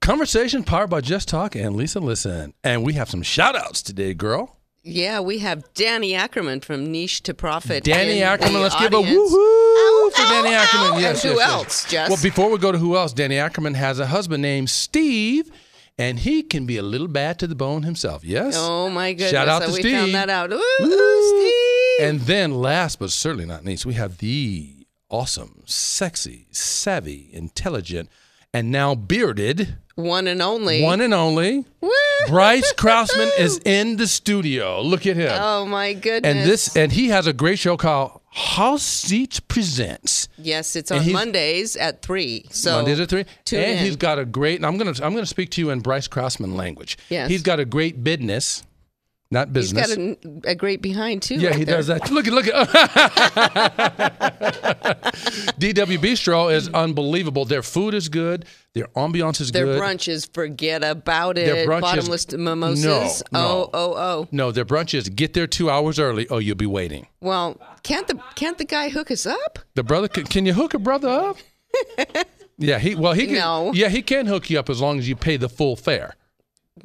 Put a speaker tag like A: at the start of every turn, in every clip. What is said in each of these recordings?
A: Conversation powered by Just Talk and Lisa Listen. And we have some shout outs today, girl.
B: Yeah, we have Danny Ackerman from Niche to Profit.
A: Danny
B: in
A: Ackerman,
B: the
A: let's give a
B: audience.
A: woohoo for Danny
B: ow,
A: Ackerman.
B: ow.
A: Yes,
B: And who
A: yes, yes.
B: else, Jess?
A: Well, before we go to who else, Danny Ackerman has a husband named Steve, and he can be a little bad to the bone himself. Yes?
B: Oh my goodness!
A: Shout out
B: so
A: to
B: we
A: Steve.
B: found that out. Ooh,
A: Woo.
B: Steve.
A: And then, last but certainly not least, we have the awesome, sexy, savvy, intelligent, and now bearded
B: one and only.
A: one and only
B: Woo.
A: Bryce Krausman is in the studio. Look at him.
B: Oh my goodness!
A: and this, and he has a great show called House Seats Presents.
B: Yes, it's
A: and
B: on
A: he's-
B: Mondays at three. So
A: Mondays at three.
B: tune
A: and
B: in.
A: he's got a great. And I'm gonna I'm gonna speak to you in Bryce Krausman language.
B: Yes.
A: He's got a great business, not
B: He's got
A: business.
B: a, a great behind too.
A: yeah,
B: right
A: he
B: there.
A: does that. Look at look at. DW Bistro is unbelievable. Their food is good. Their ambiance is
B: Their
A: good.
B: brunches, forget about it.
A: Their brunch is-
B: Bottomless mimosas.
A: No, no.
B: Oh, oh, oh.
A: No, their brunch is get there two hours early. Oh, you'll be waiting.
B: Well, can't the can't the guy hook us up?
A: The brother can, can you hook a brother up? yeah, he well he can.
B: No.
A: Yeah, he can hook you up as long as you pay the full fare.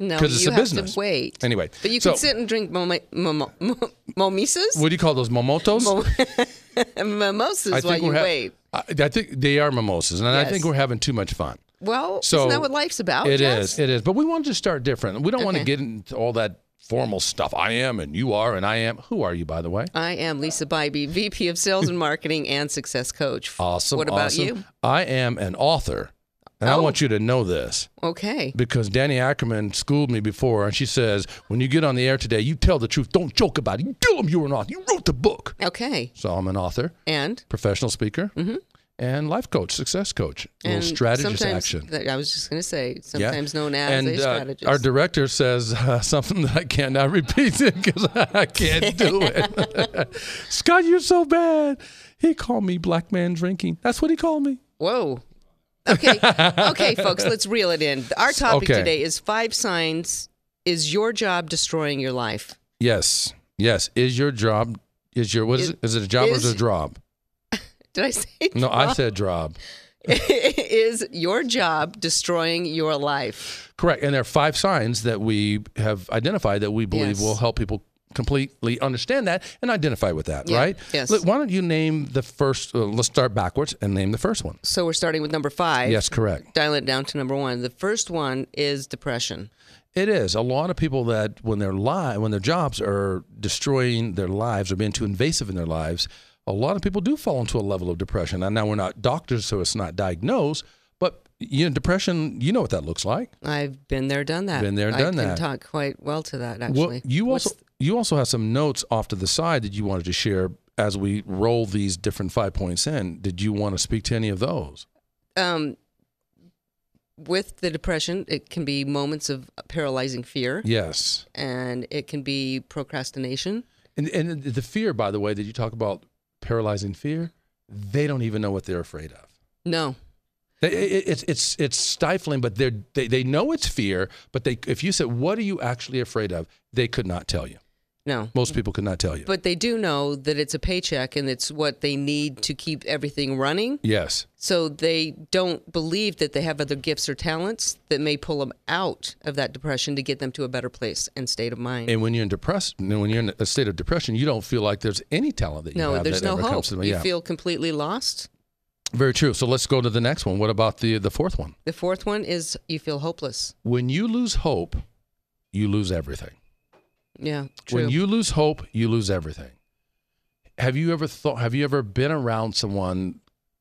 B: No,
A: 'Cause it's
B: you
A: a
B: have
A: business.
B: to wait.
A: Anyway,
B: but you
A: so-
B: can sit and drink momi- momo- mo- momisas,
A: What do you call those momotos?
B: Mom- mimosas while you
A: ha-
B: wait.
A: I, I think they are mimosas, and I
B: Yes.
A: think we're having too much fun.
B: Well,
A: So
B: isn't that what life's about?
A: It is,
B: Jess?
A: It is. But we wanted to start different. We don't want to
B: Okay.
A: get into all that formal stuff. I am, and you are, and I am. Who are you, by the way?
B: I am Lisa Bybee, VP of Sales and Marketing and Success Coach.
A: Awesome.
B: What about
A: awesome.
B: you?
A: I am an author, and I
B: Oh.
A: want you to know this.
B: Okay.
A: because Danny Ackerman schooled me before, and she says, when you get on the air today, you tell the truth. Don't joke about it. You tell them you're an author. You wrote the book.
B: Okay.
A: So I'm an author,
B: And
A: professional speaker, and life coach, success coach, little
B: Mm-hmm. and
A: strategist
B: sometimes-
A: action.
B: th- I was just going to say
A: Yeah.
B: sometimes known as
A: and,
B: a
A: uh,
B: strategist.
A: our director says uh, something that I cannot repeat because I can't do it. Scott, you're so bad. He called me black man drinking. That's what he called me.
B: Whoa. Okay. okay, folks, let's reel it in. Our topic
A: Okay.
B: today is five signs is your job destroying your life?
A: Yes, yes. Is your job? Is your what is
B: Is-
A: it? Is it a job or is
B: is-
A: it a job?
B: Did I say
A: No, I said job.
B: is your job destroying your life?
A: Correct. And there are five signs that we have identified that we believe
B: Yes.
A: will help people completely understand that and identify with that,
B: Yeah.
A: right?
B: Yes.
A: Look, why don't you name the first, uh, let's start backwards and name the first one.
B: So we're starting with number 5.
A: Yes, correct.
B: Dial it down to number 1. The first one is depression.
A: It is. A lot of people that when their li- when their jobs are destroying their lives or being too invasive in their lives, a lot of people do fall into a level of depression. And now we're not doctors, so it's not diagnosed, but you know, depression, you know what that looks like.
B: I've been there, done that.
A: Been there,
B: I
A: done
B: can
A: that.
B: talk quite well to that actually.
A: Well, you
B: What's-
A: also you also have some notes off to the side that you wanted to share as we roll these different five points in. Did you want to speak to any of those?
B: um with the depression, it can be moments of paralyzing fear
A: Yes.
B: and it can be procrastination.
A: And and the fear, by the way, that you talk about paralyzing fear, they don't even know what they're afraid of.
B: No.
A: They- it- it- It's it's it's stifling, but they're, they they know it's fear. But they if you said, "What are you actually afraid of?" They could not tell you.
B: No.
A: Most people could not tell you.
B: But they do know that it's a paycheck and it's what they need to keep everything running.
A: yes,
B: So they don't believe that they have other gifts or talents that may pull them out of that depression to get them to a better place and state of mind.
A: and when you're in depressed, when you're in a state of depression, you don't feel like there's any talent that you
B: no,
A: have
B: there's
A: that
B: no
A: ever
B: hope.
A: comes to them.
B: You
A: Yeah.
B: feel completely lost.
A: Very true. So let's go to the next one. What about the the fourth one?
B: The fourth one is you feel hopeless.
A: When you lose hope, you lose everything.
B: Yeah, true.
A: When you lose hope, you lose everything. Have you ever thought have you ever been around someone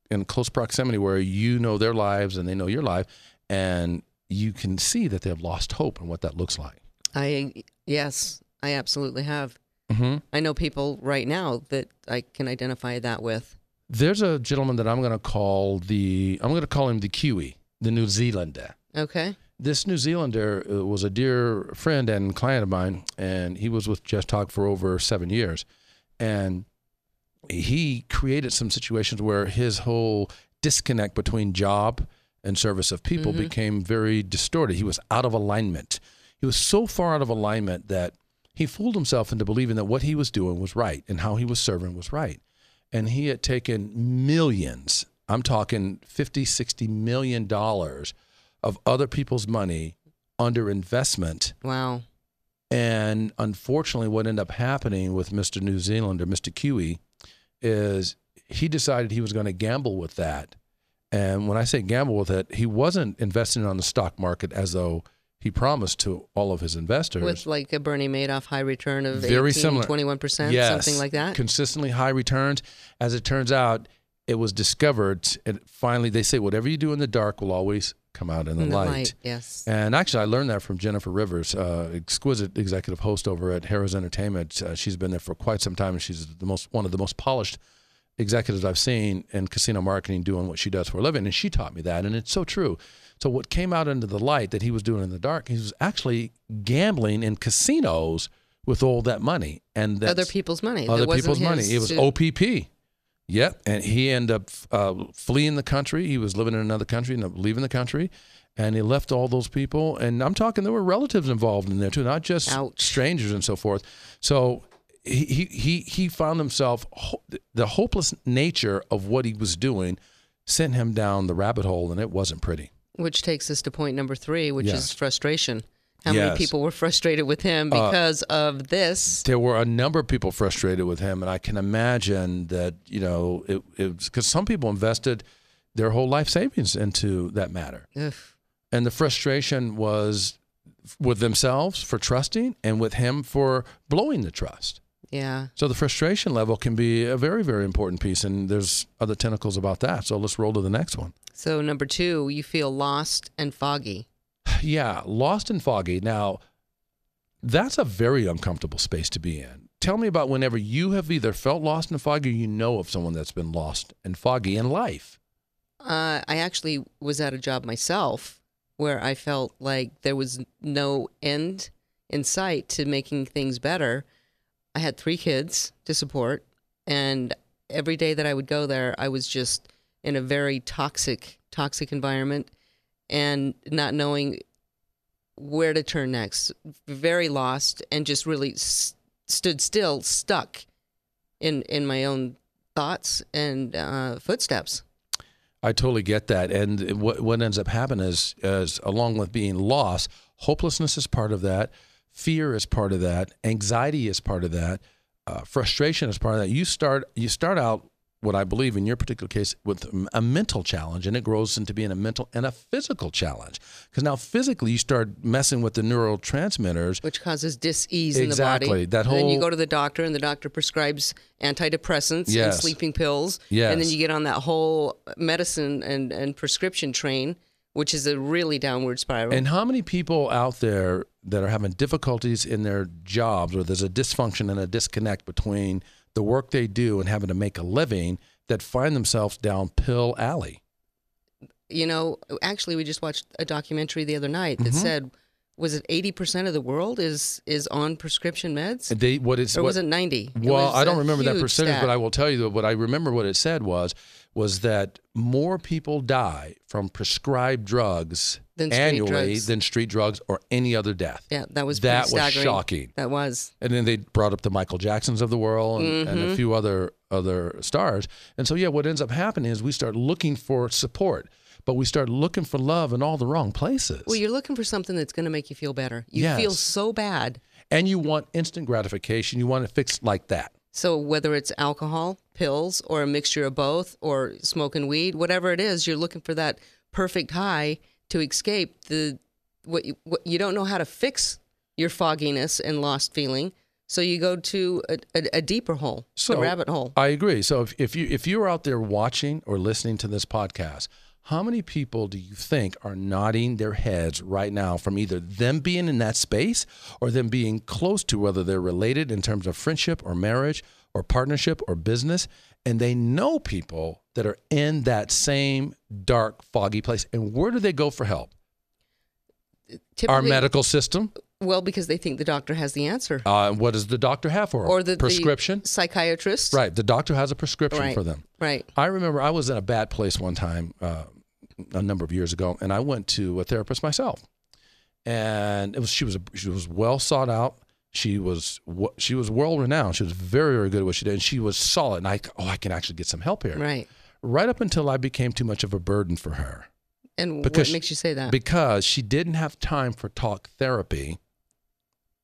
A: in close proximity where you know their lives and they know your life and you can see that they've lost hope and what that looks like?
B: I yes, I absolutely have.
A: Mm-hmm.
B: I know people right now that I can identify that with.
A: There's a gentleman that I'm going to call the I'm going to call him the Kiwi, the New Zealander.
B: Okay.
A: this New Zealander uh, was a dear friend and client of mine, and he was with Just Talk for over seven years, and he created some situations where his whole disconnect between job and service of people became very distorted. He was out of alignment. He was so far out of alignment that he fooled himself into believing that what he was doing was right and how he was serving was right and he had taken millions i'm talking 50 60 million dollars of other people's money under investment.
B: Wow.
A: And unfortunately, what ended up happening with Mr. New Zealander, Mr. Kiwi, is he decided he was going to gamble with that. And when I say gamble with it, he wasn't investing on the stock market as though he promised to all of his investors.
B: With like a Bernie Madoff high return of
A: Very
B: 18,
A: similar.
B: 21%,
A: Yes.
B: something like that.
A: Consistently high returns. As it turns out, it was discovered, and finally they say, whatever you do in the dark will always come out in the,
B: In the
A: light.
B: light, yes.
A: And actually, I learned that from Jennifer Rivers, uh, exquisite executive host over at Harrah's Entertainment. Uh, she's been there for quite some time, and she's the most one of the most polished executives I've seen in casino marketing doing what she does for a living. And she taught me that, and it's so true. So what came out into the light that he was doing in the dark, he was actually gambling in casinos with all that money and that's-
B: Other people's money.
A: other
B: that wasn't
A: people's money.
B: his
A: It was
B: to-
A: OPP. Yep. And he ended up uh, fleeing the country. He was living in another country, ended up leaving the country. And he left all those people. And I'm talking, there were relatives involved in there too, not just
B: Ouch.
A: strangers and so forth. So he, he, he, he found himself, ho- the hopeless nature of what he was doing sent him down the rabbit hole, and it wasn't pretty.
B: Which takes us to point number three, which
A: Yes.
B: is frustration. How
A: Yes.
B: many people were frustrated with him because of this?
A: there were a number of people frustrated with him, and I can imagine that you know it because some people invested their whole life savings into that matter,
B: Ugh.
A: and the frustration was with themselves for trusting and with him for blowing the trust.
B: Yeah.
A: So the frustration level can be a very very important piece, and there's other tentacles about that. So let's roll to the next one.
B: So number two, you feel lost and foggy.
A: Yeah, lost and foggy. Now, that's a very uncomfortable space to be in. Tell me about whenever you have either felt lost and foggy, or you know of someone that's been lost and foggy in life.
B: Uh, I actually was at a job myself where I felt like there was no end in sight to making things better. I had three kids to support, and every day that I would go there, I was just in a very toxic, toxic environment and not knowing where to turn next. Very lost and just really s- stood still, stuck in, in my own thoughts and uh, footsteps.
A: I totally get that. And what, what ends up happening is, is, along with being lost, hopelessness is part of that, fear is part of that, anxiety is part of that, uh, frustration is part of that. You start you start out what I believe in your particular case with a mental challenge, and it grows into being a mental and a physical challenge. Because now physically, you start messing with the neurotransmitters.
B: which causes dis-ease in the
A: Exactly.
B: body.
A: That
B: And then
A: whole-
B: you go to the doctor and the doctor prescribes antidepressants and
A: Yes.
B: sleeping pills.
A: Yes.
B: And then you get on that whole medicine and, and prescription train, which is a really downward spiral.
A: And how many people out there that are having difficulties in their jobs or there's a dysfunction and a disconnect between the work they do and having to make a living that find themselves down pill alley?
B: you know, actually we just watched a documentary the other night
A: Mm-hmm.
B: that said was it 80% of the world is is on prescription meds?
A: And they what is
B: or
A: what,
B: was it 90? It
A: Well,
B: was
A: I
B: a
A: don't remember that
B: huge
A: percentage,
B: stat.
A: but I will tell you that what I remember what it said was was that more people die from prescribed drugs
B: Than street
A: annually
B: drugs.
A: than street drugs or any other death.
B: Yeah, that was
A: that
B: pretty
A: was
B: staggering.
A: shocking.
B: That was.
A: and then they brought up the Michael Jacksons of the world and, and a few other other stars. And so yeah, what ends up happening is we start looking for support, but we start looking for love in all the wrong places.
B: Well, you're looking for something that's going to make you feel better. You feel
A: Yes.
B: so bad
A: and you want instant gratification. You want it fixed like that.
B: So whether it's alcohol, pills, or a mixture of both, or smoking weed, whatever it is, you're looking for that perfect high to escape the what you, what you don't know how to fix your fogginess and lost feeling. So you go to a, a, a deeper hole,
A: So
B: a rabbit hole.
A: I agree. So if, if you if you're out there watching or listening to this podcast, how many people do you think are nodding their heads right now from either them being in that space or them being close to whether they're related in terms of friendship or marriage or partnership or business and they know people that are in that same dark foggy place and where do they go for help? Our
B: Typically,
A: medical system?
B: well, because they think the doctor has the answer,
A: Uh, what does the doctor have for them?
B: or the the
A: prescription?
B: psychiatrist,
A: right, the doctor has a prescription
B: Right.
A: for them.
B: Right.
A: I remember I was in a bad place one time uh, a number of years ago, and I went to a therapist myself. And it was she was a, she was well sought out. She was wo- she was world renowned. She was very very good at what she did, and she was solid. And I oh I can actually get some help here.
B: Right.
A: Right up until I became too much of a burden for her.
B: And
A: Because
B: what makes you say that?
A: because she didn't have time for talk therapy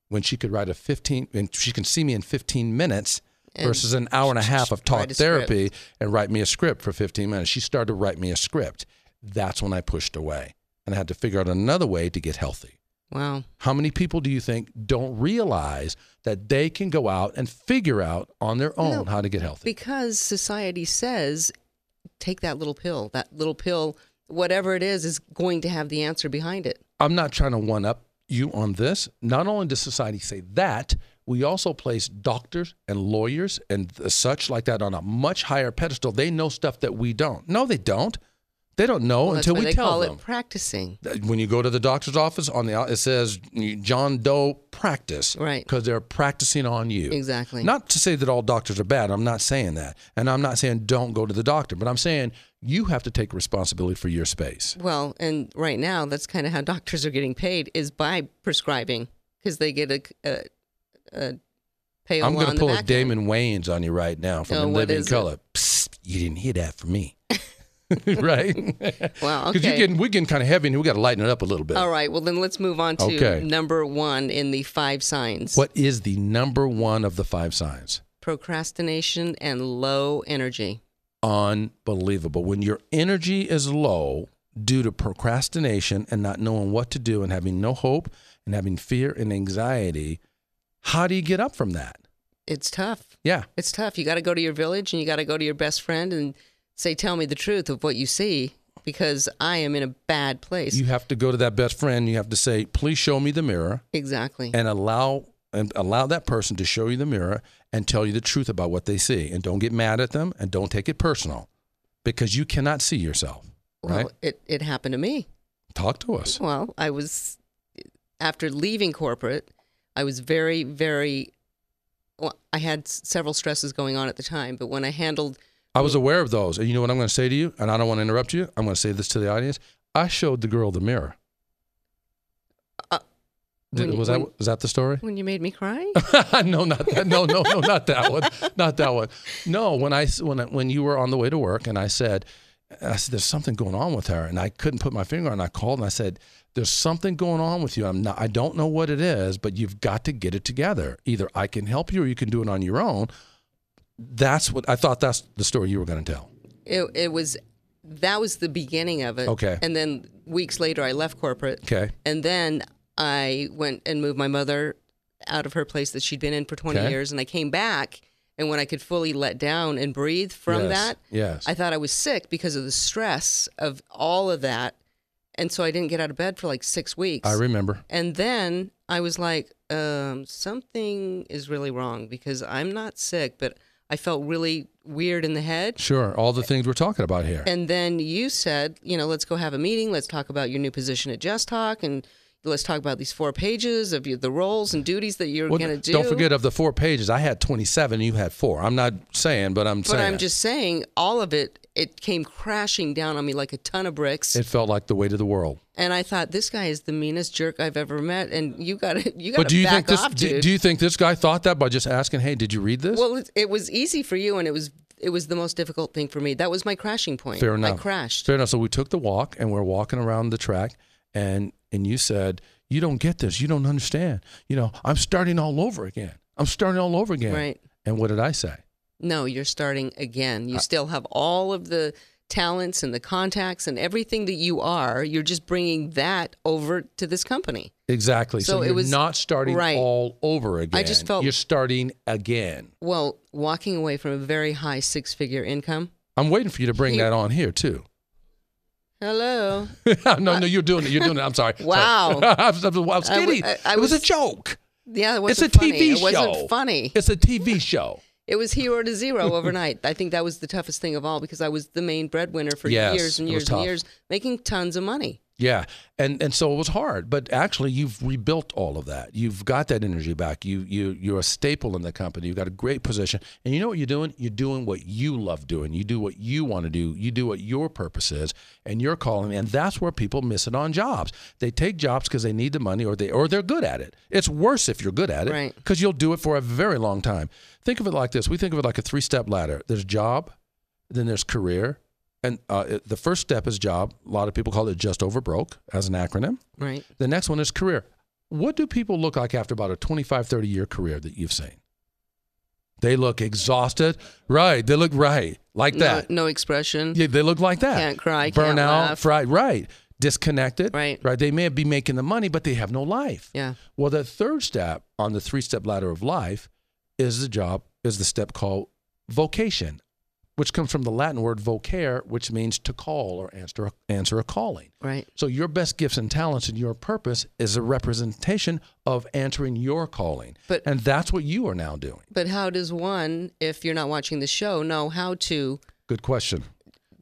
A: when she could write a 15 and she can see me in 15 minutes
B: And
A: versus an hour and a half of talk
B: write a script.
A: therapy and write me a script for 15 minutes she started to write me a script that's when i pushed away and i had to figure out another way to get healthy
B: wow.
A: how many people do you think don't realize that they can go out and figure out on their own
B: No,
A: how to get healthy
B: Because society says, take that little pill. That little pill, whatever it is, is going to have the answer behind it.
A: I'm not trying to one up you on this. Not only does society say that, we also place doctors and lawyers and th- such like that on a much higher pedestal. They know stuff that we don't. No, they don't. They don't know
B: Well, that's
A: Oh, until
B: why
A: we
B: they
A: tell
B: call
A: them.
B: it practicing.
A: That When you go to the doctor's office, on the out- it says John Doe practice,
B: Right.
A: Because they're practicing on you.
B: Exactly.
A: Not to say that all doctors are bad. I'm not saying that, and I'm not saying don't go to the doctor. But I'm saying you have to take responsibility for your space.
B: Well, and right now, that's kind of how doctors are getting paid is by prescribing because they get a, a, a pay
A: I'm
B: going
A: gonna
B: to
A: pull a Damon Wayans on you right now from
B: Oh,
A: In
B: what
A: Living
B: is it?
A: Color. Psst, you didn't hear that from me, right? Because
B: Wow.
A: you're
B: Okay.
A: getting we're getting kind of heavy, and we got to lighten it up a little bit.
B: All right. Well, then let's move on to
A: Okay.
B: number one in the five signs
A: What is the number one of the five signs?
B: procrastination and low energy.
A: Unbelievable. When your energy is low due to procrastination and not knowing what to do and having no hope and having fear and anxiety, how do you get up from that?
B: It's tough.
A: Yeah.
B: It's tough. You got to go to your village and you got to go to your best friend and say, Tell me the truth of what you see because I am in a bad place.
A: You have to go to that best friend. You have to say, please show me the mirror.
B: exactly.
A: and allow and allow that person to show you the mirror and tell you the truth about what they see and don't get mad at them and don't take it personal because you cannot see yourself
B: well,
A: right
B: it, it happened to me.
A: talk to us
B: Well, I was, after leaving corporate, I was very, very, well, I had s- several stresses going on at the time, but when I handled,
A: i was aware of those and you know what i'm going to say to you and i don't want to interrupt you i'm going to say this to the audience i showed the girl the mirror
B: Uh,
A: Did-
B: when-
A: was
B: when-
A: that was that the story
B: when you made me cry,
A: no, not that. No, no, no, not that one. Not that one. No, when I when I, when you were on the way to work, and I said, I said, there's something going on with her, and I couldn't put my finger on. it. I called and I said, there's something going on with you. I'm not. I don't know what it is, but you've got to get it together. Either I can help you, or you can do it on your own. That's what I thought. That's the story you were going to tell.
B: it, it was, that was the beginning of it.
A: Okay.
B: And then weeks later, I left corporate.
A: Okay.
B: And then I went and moved my mother out of her place that she'd been in for 20
A: Okay.
B: years. And I came back. And when I could fully let down and breathe from
A: Yes,
B: that,
A: Yes.
B: I thought I was sick because of the stress of all of that. And so I didn't get out of bed for like six weeks.
A: I remember.
B: and then I was like, um, something is really wrong because I'm not sick, but I felt really weird in the head.
A: Sure. All the things we're talking about here.
B: And then you said, you know, let's go have a meeting. Let's talk about your new position at Just Talk and let's talk about these four pages of your, the roles and duties that you're
A: Well,
B: going to do.
A: Don't forget of the four pages. I had 27. You had four. I'm not saying, but I'm
B: But
A: saying.
B: I'm just saying, all of it, it came crashing down on me like a ton of bricks.
A: It felt like the weight of the world.
B: and I thought, this guy is the meanest jerk I've ever met. And you got to, you got
A: But
B: to
A: do you
B: back
A: think this?
B: off,
A: do,
B: dude.
A: do you think this guy thought that by just asking, "Hey, did you read this?"
B: well, it, it was easy for you, and it was it was the most difficult thing for me. That was my crashing point.
A: Fair enough.
B: I crashed.
A: Fair enough. So we took the walk, and we're walking around the track, and and you said, "You don't get this. You don't understand. You know, I'm starting all over again. I'm starting all over again."
B: Right.
A: And what did I say?
B: No, you're starting again. You
A: Uh,
B: still have all of the talents and the contacts and everything that you are. You're just bringing that over to this company.
A: Exactly. So,
B: So it
A: you're
B: was-
A: not starting
B: right.
A: all over again.
B: I just felt-
A: you're starting again.
B: Well, walking away from a very high six figure income.
A: I'm waiting for you to bring
B: He-
A: that on here too.
B: Hello.
A: no, no, you're doing it. You're doing it. I'm sorry. Sorry.
B: Wow.
A: I was, I was- I was
B: I w-
A: kidding.
B: I- I
A: it was,
B: was-
A: a joke.
B: Yeah, it
A: It's
B: wasn't
A: a
B: funny.
A: TV
B: it wasn't
A: show.
B: funny.
A: It's a TV show.
B: It was hero to zero overnight. I think that was the toughest thing of all because I was the main breadwinner for
A: Yes,
B: years and
A: it was
B: years and
A: tough.
B: years, making tons of money.
A: Yeah, and and so it was hard, but actually you've rebuilt all of that. You've got that energy back. You you you're a staple in the company. You've got a great position, and you know what you're doing. You're doing what you love doing. You do what you want to do. You do what your purpose is, and your calling. And that's where people miss it on jobs. They take jobs because they need the money, or they or they're good at it. It's worse if you're good at it,
B: Right.
A: Because you'll do it for a very long time. Think of it like this. We think of it like a three step ladder. There's job, then there's career, and uh, it, the first step is job. A lot of people call it just over broke as an acronym.
B: Right.
A: The next one is career. What do people look like after about a 25, 30 year career that you've seen? They look exhausted. Right. They look right. Like that.
B: No, no expression.
A: Yeah, they look like that.
B: Can't cry, can't
A: Burnout.
B: laugh.
A: Fried. Right. Disconnected.
B: Right.
A: Right. They may be making the money, but they have no life.
B: Yeah.
A: Well, the third step on the three step ladder of life is the job, is the step called vocation, which comes from the Latin word vocare, which means to call or answer, answer a calling.
B: Right.
A: So, your best gifts and talents and your purpose is a representation of answering your calling.
B: But-
A: and that's what you are now doing.
B: But how does one, if you're not watching the show, know how to
A: Good question.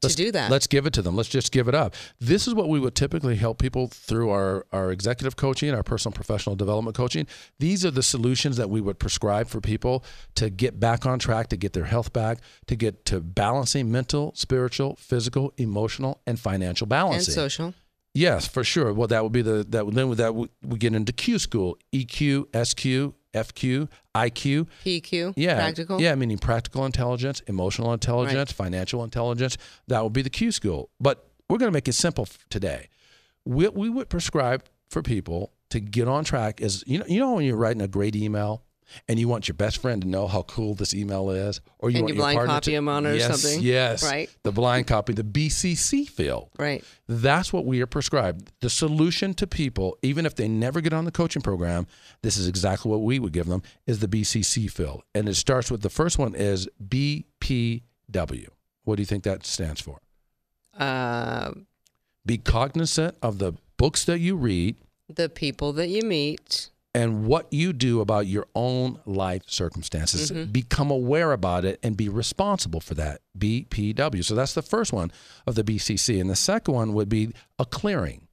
B: to do that?
A: Let's give it to them. Let's just give it up. This is what we would typically help people through our, our executive coaching, our personal professional development coaching. These are the solutions that we would prescribe for people to get back on track, to get their health back, to get to balancing mental, spiritual, physical, emotional, and financial
B: and
A: balancing.
B: social.
A: Yes, for sure. Well, that would be the that would- then that would- we get into Q school, E EQ, SQ, FQ, IQ.
B: PQ.
A: Yeah,
B: E Practical.
A: Yeah, meaning practical intelligence, emotional intelligence, financial intelligence. That would be the Q school. But we're going to make it simple f- today. What we would prescribe for people to get on track is you know you know when you're writing a great email and you want your best friend to know how cool this email is, or you
B: And
A: want
B: you
A: your
B: blind
A: partner
B: copy
A: to-
B: 'em on it or
A: Yes,
B: something,
A: Yes,
B: right?
A: The blind copy, the BCC field.
B: Right.
A: That's what we are prescribed. The solution to people, even if they never get on the coaching program, this is exactly what we would give them is the BCC fill. And it starts with the first one is BPW. What do you think that stands for?
B: Uh,
A: Be cognizant of the books that you read
B: the people that you meet.
A: and what you do about your own life circumstances. Become aware about it and be responsible for that. BPW. So that's the first one of the BCC. And the second one would be a clearing.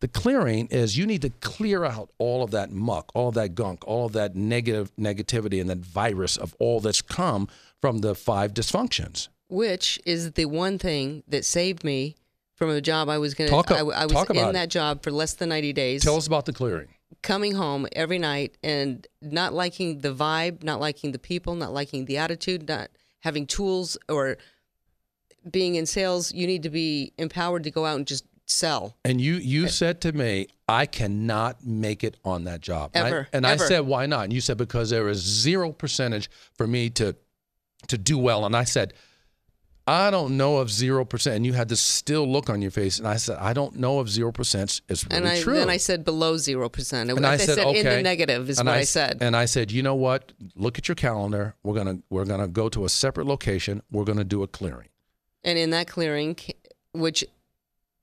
A: The clearing is you need to clear out all of that muck, all of that gunk, all of that negative negativity and that virus of all that's come from the five dysfunctions.
B: which is the one thing that saved me from a job I was going to.
A: Talk a-
B: I, I was
A: talk about
B: in
A: it.
B: that job for less than 90 days.
A: Tell us about the clearing.
B: coming home every night and not liking the vibe, not liking the people, not liking the attitude, not having tools or being in sales, you need to be empowered to go out and just sell.
A: And you you said to me, I cannot make it on that job.
B: Ever,
A: And, I, and
B: ever.
A: I said, why not? And you said because there is zero percentage for me to to do well. And I said, I don't know of zero percent. And you had this still look on your face. And I said, I don't know of zero percent. It's really
B: And I,
A: true.
B: then I said below 0%. I,
A: And I, said, okay.
B: in the negative is
A: And
B: what I,
A: s-
B: said.
A: And I said, you know what? Look at your calendar. We're gonna we're gonna go to a separate location. We're gonna do a clearing.
B: and in that clearing, c- which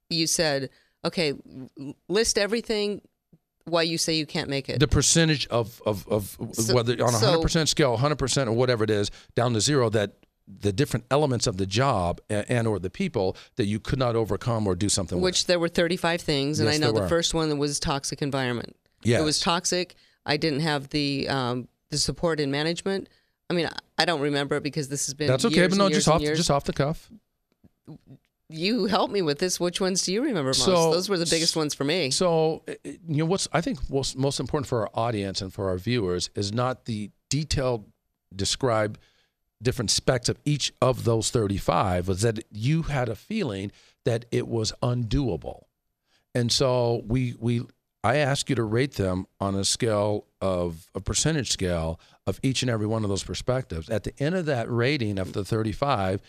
B: you said, okay, l- list everything why you say you can't make it.
A: the percentage of of, of
B: So-
A: whether on a
B: so-
A: hundred percent scale, hundred percent or whatever it is, down to zero that the different elements of the job and, and or the people that you could not overcome or do something with.
B: Which there were 35 things, and
A: Yes,
B: I know
A: there
B: the
A: were.
B: first one was toxic environment.
A: Yes.
B: It was toxic. I didn't have the um, the support in management. I mean, I- I don't remember it because this has been
A: That's okay,
B: years
A: but no,
B: and years
A: just off
B: and years.
A: just off the cuff.
B: You helped me with this. Which ones do you remember most?
A: So-
B: Those were the biggest ones for me.
A: So i- i- you know what's I think what's most important for our audience and for our viewers is not the detailed describe different specs of each of those 35 was that you had a feeling that it was undoable. And so we we I ask you to rate them on a scale of a percentage scale of each and every one of those perspectives. At the end of that rating of the 35,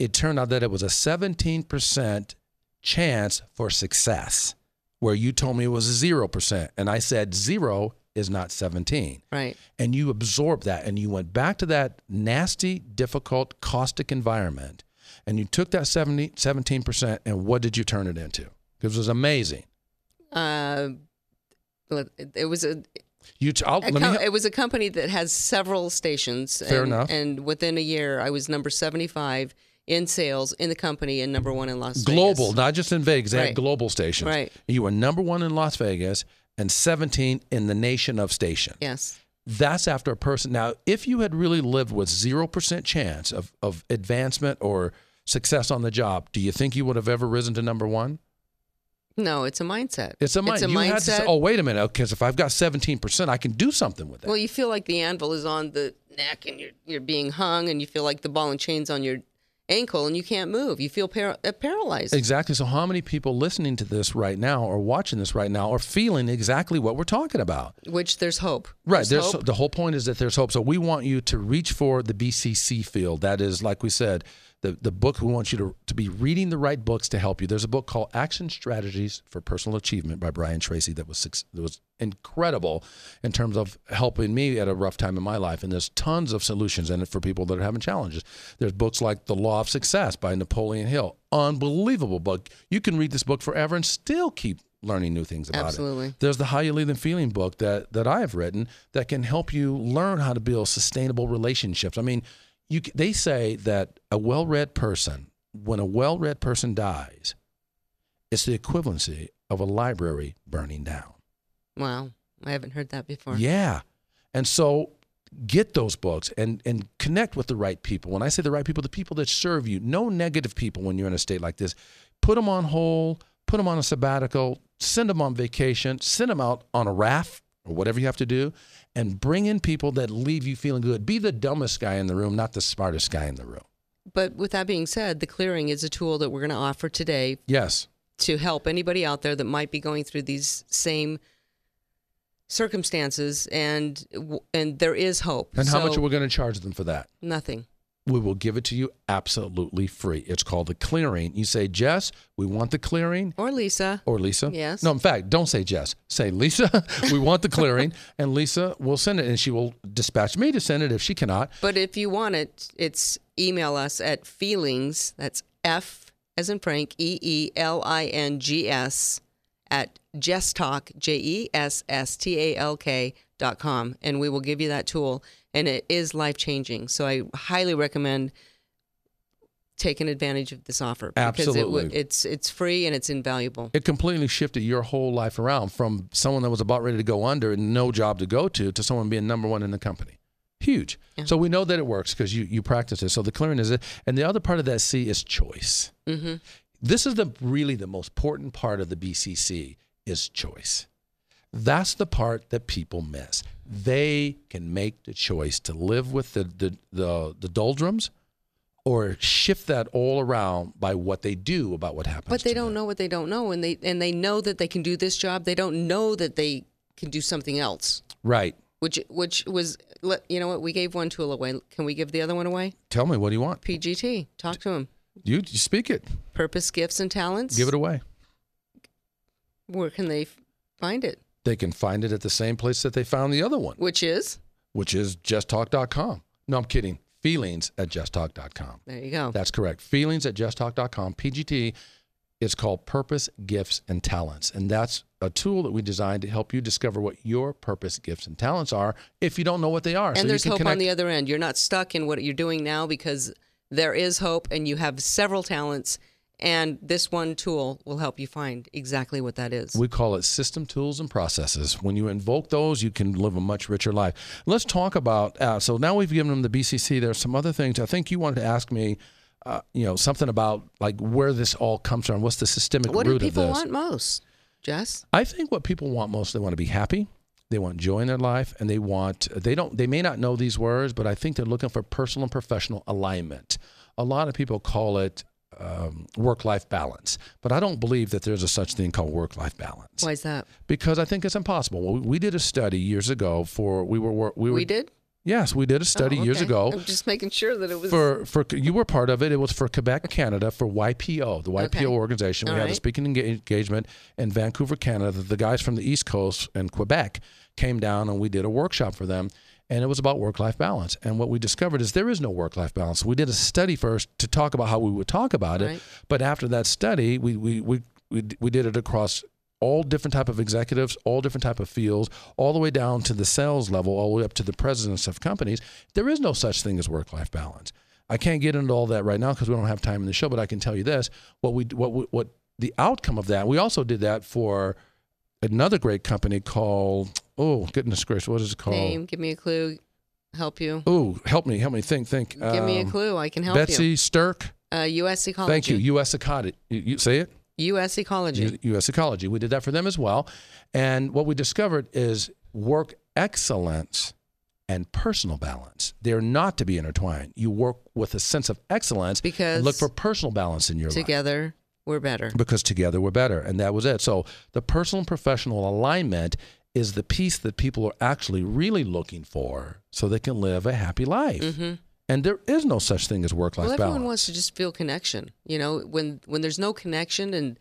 A: it turned out that it was a 17% chance for success, where you told me it was 0%. And I said, zero is not 17
B: right.
A: and you absorbed that and you went back to that nasty, difficult, caustic environment and you took that 70, 17% and what did you turn it into? Because it was amazing.
B: Uh, let- it was a,
A: You t- I'll,
B: a
A: Oh, let me
B: com-
A: help-
B: it was a company that has several stations.
A: Fair
B: and,
A: enough.
B: And within a year, I was number 75 in sales in the company and number one in Las Vegas.
A: global, not just in Vegas. They
B: Right.
A: had global stations.
B: Right.
A: You were number one in Las Vegas and 17 in the nation of stations.
B: Yes.
A: that's after a person. Now, if you had really lived with 0% chance of, of advancement or success on the job, do you think you would have ever risen to number one?
B: No, it's a mindset.
A: It's a, mind.
B: It's a
A: you
B: mindset.
A: Had to say, oh, wait a minute, because if I've got 17%, I can do something with that.
B: Well, you feel like the anvil is on the neck, and you're you're being hung, and you feel like the ball and chains on your ankle and you can't move. You feel par- uh, paralyzed.
A: Exactly. So, how many people listening to this right now or watching this right now are feeling exactly what we're talking about?
B: Which there's hope.
A: Right.
B: There's
A: There's
B: hope.
A: the whole point is that there's hope. So we want you to reach for the BCC field. That is, like we said, the the book. We want you to to be reading the right books to help you. There's a book called Action Strategies for Personal Achievement by Brian Tracy that was suc- that was incredible in terms of helping me at a rough time in my life. And there's tons of solutions in it for people that are having challenges. There's books like The Law of Success by Napoleon Hill. Unbelievable book. You can read this book forever and still keep learning new things about it.
B: Absolutely.
A: There's the How You Lead and Feeling book that that I have written that can help you learn how to build sustainable relationships. I mean, you c- they say that a well-read person, when a well-read person dies, it's the equivalency of a library burning down.
B: Wow. I haven't heard that before.
A: Yeah. And so get those books and and connect with the right people. When I say the right people, the people that serve you. No negative people when you're in a state like this. Put them on hold, put them on a sabbatical, send them on vacation, send them out on a raft or whatever you have to do and bring in people that leave you feeling good. Be the dumbest guy in the room, not the smartest guy in the room.
B: But with that being said, the clearing is a tool that we're going to offer today
A: Yes.
B: to help anybody out there that might be going through these same circumstances and and there is hope.
A: And how
B: So,
A: much are we going to charge them for that?
B: Nothing.
A: we will give it to you absolutely free. It's called the clearing. You say, Jess, we want the clearing.
B: Or Lisa.
A: Or Lisa?
B: Yes.
A: No, in fact, don't say Jess. Say Lisa. we want the clearing, and Lisa will send it, and she will dispatch me to send it if she cannot.
B: But if you want it, it's email us at feelings. That's F as in Frank, E E L I N G S at Jestalk, J E S S T A L K dot com. And we will give you that tool. And it is life changing. So I highly recommend taking advantage of this offer because it, would-
A: Absolutely.
B: it's it's free and it's invaluable.
A: It completely shifted your whole life around from someone that was about ready to go under and no job to go to to someone being number one in the company. Huge. So we know that it works because you, you practice it. So the clearing is it. And the other part of that C is choice.
B: hmm
A: this is the really the most important part of the BCC is choice. That's the part that people miss. They can make the choice to live with the the the, the doldrums or shift that all around by what they do about what happens.
B: But they
A: to
B: don't
A: them.
B: know what they don't know, and they and they know that they can do this job. They don't know that they can do something else.
A: Right.
B: which which was let- you know what we gave one tool away. Can we give the other one away?
A: Tell me what do you want?
B: PGT. Talk to him.
A: You, you speak it.
B: Purpose, gifts, and talents.
A: Give it away.
B: Where can they f- find it?
A: They can find it at the same place that they found the other one,
B: Which is
A: which is justtalk.com. No, I'm kidding. Feelings at justtalk.com.
B: there you go.
A: That's correct. Feelings at justtalk.com. PGT is called Purpose, Gifts, and Talents. And that's a tool that we designed to help you discover what your purpose, gifts, and talents are if you don't know what they are.
B: and
A: you
B: there's
A: can
B: hope on
A: connect-
B: the other end. You're not stuck in what you're doing now because there is hope, and you have several talents. And this one tool will help you find exactly what that is.
A: We call it system tools and processes. When you invoke those, you can live a much richer life. Let's talk about. Uh, so now we've given them the BCC. There's some other things. I think you wanted to ask me, uh, you know, something about like where this all comes from. What's the systemic
B: what do
A: root
B: people
A: of this?
B: want most, Jess?
A: I think what people want most, they want to be happy. They want joy in their life and they want, they don't, they may not know these words, but I think they're looking for personal and professional alignment. A lot of people call it um, work life balance, but I don't believe that there's a such thing called work life balance
B: Why is that?
A: because I think it's impossible. Well, we did a study years ago for, we were, wor- we were,
B: We did
A: yes, we did a study
B: Oh,
A: years
B: okay.
A: ago
B: I'm just making sure that it was
A: for for you were part of it. It was for Quebec, Canada, for YPO, the YPO
B: Okay.
A: organization. We
B: All
A: had a
B: right.
A: speaking enga- engagement in Vancouver, Canada. The guys from the East Coast and Quebec came down, and we did a workshop for them. And it was about work life balance. And what we discovered is there is no work life balance. We did a study first to talk about how we would talk about it,
B: Right.
A: but after that study, we we we we, d- we did it across all different type of executives, all different type of fields, all the way down to the sales level, all the way up to the presidents of companies. There is no such thing as work-life balance. I can't get into all that right now because we don't have time in the show. But I can tell you this: what we what we, what the outcome of that. We also did that for another great company called oh goodness gracious, what is it called?
B: name. Give me a clue. Help you.
A: Oh, help me, help me think, think.
B: Give me a
A: Um,
B: clue. I can help
A: Betsy
B: you.
A: Stirk.
B: Uh, U.S. Ecology.
A: Thank you. U.S. Ecology. You, you say it.
B: U.S. Ecology.
A: U- U.S. Ecology. We did that for them as well. And what we discovered is work excellence and personal balance. They're not to be intertwined. You work with a sense of excellence
B: Because
A: and look for personal balance in your life
B: Together, we're better.
A: because together we're better. And that was it. So the personal and professional alignment is the piece that people are actually really looking for so they can live a happy life. And there is no such thing as work life
B: Mm-hmm. Well, everyone
A: balance.
B: wants to just feel connection. You know, when when there's no connection and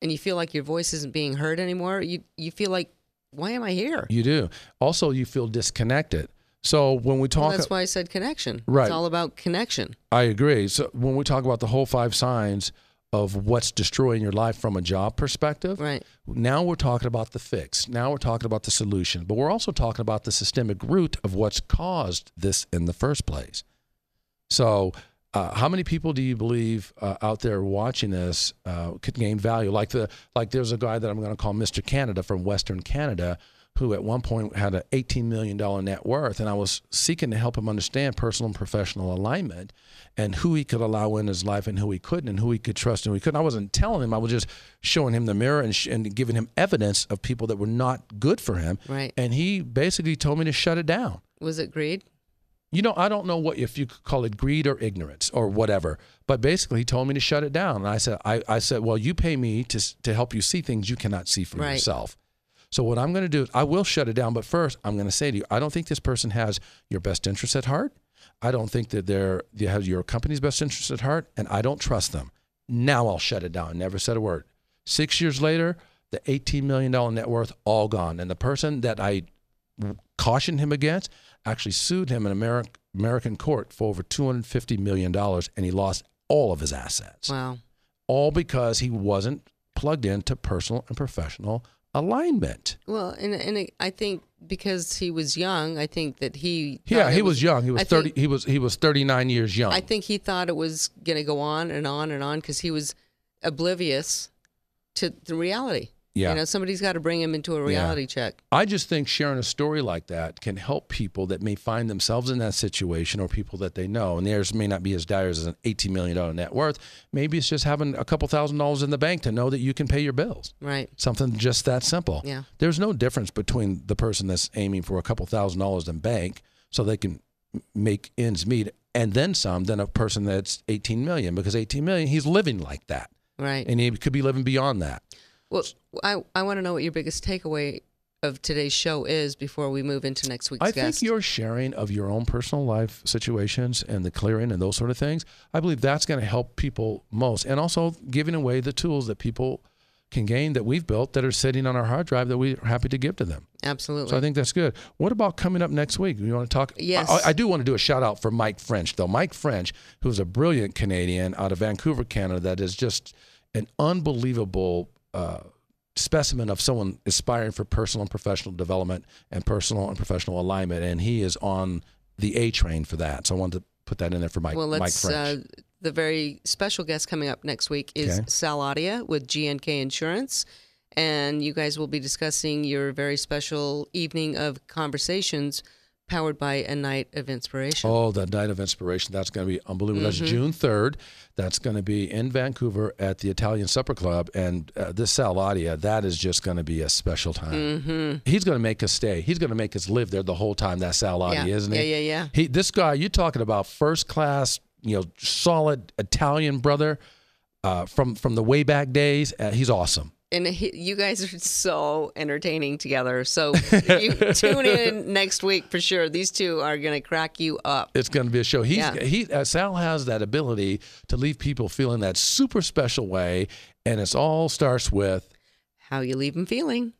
B: and you feel like your voice isn't being heard anymore, you you feel like, why am I here?
A: you do. Also, you feel disconnected. So when we
B: Well,
A: talk,
B: that's why I said connection.
A: Right.
B: It's all about connection.
A: I agree. So when we talk about the whole five signs of what's destroying your life from a job perspective,
B: Right.
A: now we're talking about the fix. Now we're talking about the solution, but we're also talking about the systemic root of what's caused this in the first place. So, uh, how many people do you believe uh, out there watching this uh, could gain value? Like the like, there's a guy that I'm going to call Mr. Canada from Western Canada, who at one point had an 18 million dollar net worth, and I was seeking to help him understand personal and professional alignment, and who he could allow in his life and who he couldn't, and who he could trust and who he couldn't. I wasn't telling him; I was just showing him the mirror and, sh- and giving him evidence of people that were not good for him.
B: Right.
A: And he basically told me to shut it down.
B: Was it greed?
A: You know, I don't know what if you could call it greed or ignorance or whatever, but basically he told me to shut it down. And I said, I, I said, well, you pay me to s- to help you see things you cannot see for
B: Right.
A: yourself. So what I'm going to do is I will shut it down, but first I'm going to say to you, I don't think this person has your best interest at heart. I don't think that they're they have your company's best interest at heart, and I don't trust them. Now I'll shut it down. Never said a word. Six years later, the $18 million net worth all gone, and the person that I cautioned him against actually sued him in Ameri- American court for over $250 million, and he lost all of his assets,
B: Wow.
A: all because he wasn't plugged into personal and professional alignment.
B: Well, and and it- I think because he was young, I think that he
A: Yeah,
B: thought
A: he
B: it
A: was young. He was
B: I
A: thirty.
B: think-
A: he was he was thirty nine years young.
B: I think he thought it was going to go on and on and on because he was oblivious to the reality.
A: Yeah.
B: You know, somebody's got to bring him into a reality check.
A: I just think sharing a story like that can help people that may find themselves in that situation or people that they know. And theirs may not be as dire as an $18 million net worth. Maybe it's just having a couple thousand dollars in the bank to know that you can pay your bills.
B: Right.
A: Something just that simple.
B: Yeah.
A: There's no difference between the person that's aiming for a couple thousand dollars in bank so they can m- make ends meet and then some than a person that's 18 million because 18 million, he's living like that.
B: Right.
A: And he could be living beyond that.
B: well, I, I want to know what your biggest takeaway of today's show is before we move into next week's
A: I
B: guest.
A: think your sharing of your own personal life situations and the clearing and those sort of things, I believe that's going to help people most. And also giving away the tools that people can gain that we've built that are sitting on our hard drive that we're happy to give to them.
B: Absolutely.
A: So I think that's good. What about coming up next week? You want to talk?
B: Yes.
A: I, I do want to do a shout out for Mike French, though. Mike French, who's a brilliant Canadian out of Vancouver, Canada, that is just an unbelievable uh, specimen of someone aspiring for personal and professional development and personal and professional alignment. And he is on the A train for that. So I wanted to put that in there for Mike,
B: well,
A: Mike
B: let's.
A: French.
B: Uh, the very special guest coming up next week is
A: Okay.
B: Sal Audia with GNK Insurance. And you guys will be discussing your very special evening of conversations powered by A Night of Inspiration.
A: Oh, the night of inspiration. That's going to be unbelievable.
B: Mm-hmm.
A: That's June 3rd. That's going to be in Vancouver at the Italian Supper Club. And uh, this Saladia, that is just going to be a special time.
B: Mm-hmm.
A: He's going to make us stay. He's going to make us live there the whole time. That Saladia,
B: Yeah.
A: isn't
B: Yeah,
A: he?
B: yeah, yeah.
A: He, this guy, you're talking about first class, you know, solid Italian brother uh, from, from the way back days. Uh, he's awesome.
B: and he, you guys are so entertaining together. So you tune in next week for sure. These two are going to crack you up.
A: It's going to be a show. He's,
B: Yeah.
A: he uh, Sal has that ability to leave people feeling that super special way, and it's all starts with
B: How you leave them feeling?